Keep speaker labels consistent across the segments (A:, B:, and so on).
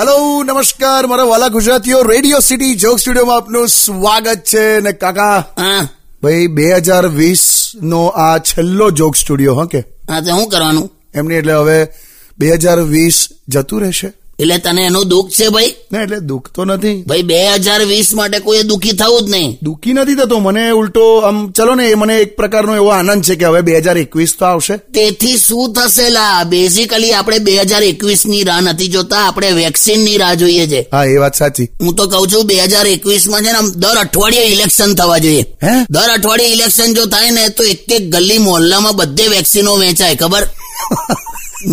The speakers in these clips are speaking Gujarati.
A: હેલો નમસ્કાર મારા વાલા ગુજરાતીઓ રેડિયો સિટી જોક સ્ટુડિયોમાં આપનું સ્વાગત છે ને કાકા
B: હા
A: ભાઈ બે હજાર વીસ નો આ છેલ્લો જોક સ્ટુડિયો હા કે
B: હા તો શું કરવાનું
A: એમની એટલે હવે બે હજાર વીસ જતું રહેશે
B: એટલે તને એનું દુઃખ છે ભાઈ
A: ના એટલે દુઃખ તો નથી
B: ભાઈ બે હજાર વીસ માટે કોઈએ દુઃખી થવું જ નહીં
A: દુઃખી નથી થતો મને ઉલટો આમ ચલો ને એ મને એક પ્રકારનો એવો આનંદ છે કે હવે બે હજાર એકવીસ તો આવશે
B: તેથી શું થશે લા બેઝિકલી આપણે બે હજાર એકવીસ ની રાહ નથી જોતા આપણે વેક્સિન ની રાહ જોઈએ છે
A: હા એ વાત સાચી
B: હું તો કહું છું બે હજાર એકવીસ માં છે ને આમ દર અઠવાડિયે ઇલેક્શન થવા જોઈએ
A: હે
B: દર અઠવાડિયે ઇલેક્શન જો થાય ને તો એક એક ગલ્લી મોહલ્લામાં બધે વેક્સિનો વેચાય ખબર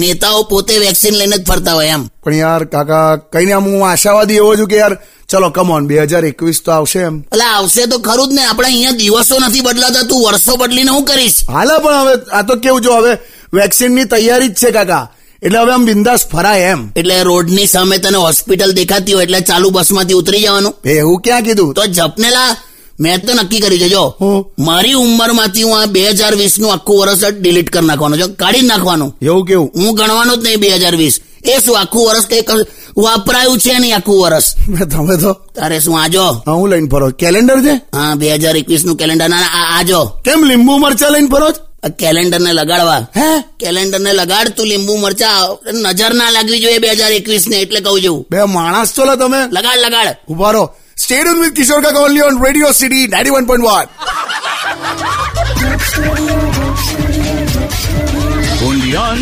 B: નેતાઓ પોતે વેક્સિન લઈને જ ફરતા હોય એમ
A: પણ યાર કાકા કઈ ને આમ હું આશાવાદી એવો છું કે યાર ચલો કમોન બે હજાર એકવીસ તો આવશે એમ
B: એટલે આવશે તો ખરું જ ને આપણે અહીંયા દિવસો નથી બદલાતા તું વર્ષો બદલીને હું કરીશ
A: હાલા પણ હવે આ તો કેવું જો હવે વેક્સિનની તૈયારી જ છે કાકા એટલે હવે આમ બિંદાસ ફરાય એમ
B: એટલે રોડની સામે તને હોસ્પિટલ દેખાતી હોય એટલે ચાલુ બસમાંથી ઉતરી જવાનું
A: એ એવું ક્યાં કીધું
B: તો જપનેલા મેં તો નક્કી કર્યું છે જો
A: હું?
B: મારી ઉંમરમાંથી હું આ બે હજાર વીસ નું આખું વર્ષ ડિલીટ કરી નાખવાનું જો કાઢી જ નાખવાનું
A: એવું કેવું
B: હું ગણવાનો જ નહીં બે હજાર વીસ એ શું આખું વર્ષ કઈ કશું વાપરાયું છે નહીં આખું વર્ષ
A: મેં તમે તો
B: તારે શું આજો
A: આ હું લઈને ફરો કેલેન્ડર છે
B: હા બે હજાર એકવીસ નું કેલેન્ડર ના ના, આ આજો
A: કેમ લીંબુ મરચા લઈને ફરો છો
B: આ કેલેન્ડરને લગાડવા
A: હે
B: કેલેન્ડરને લગાડ તું લીંબુ મરચા નજર ના લાગવી જોઈએ બે હજાર એકવીસ ને એટલે કહું છું
A: બે માણસ છો લા તમે
B: લગાડ લગાડ
A: ઉભા રહો સ્ટેડિયમ વિથ કિશોર કાકા only on Radio City ninety one point one
C: only on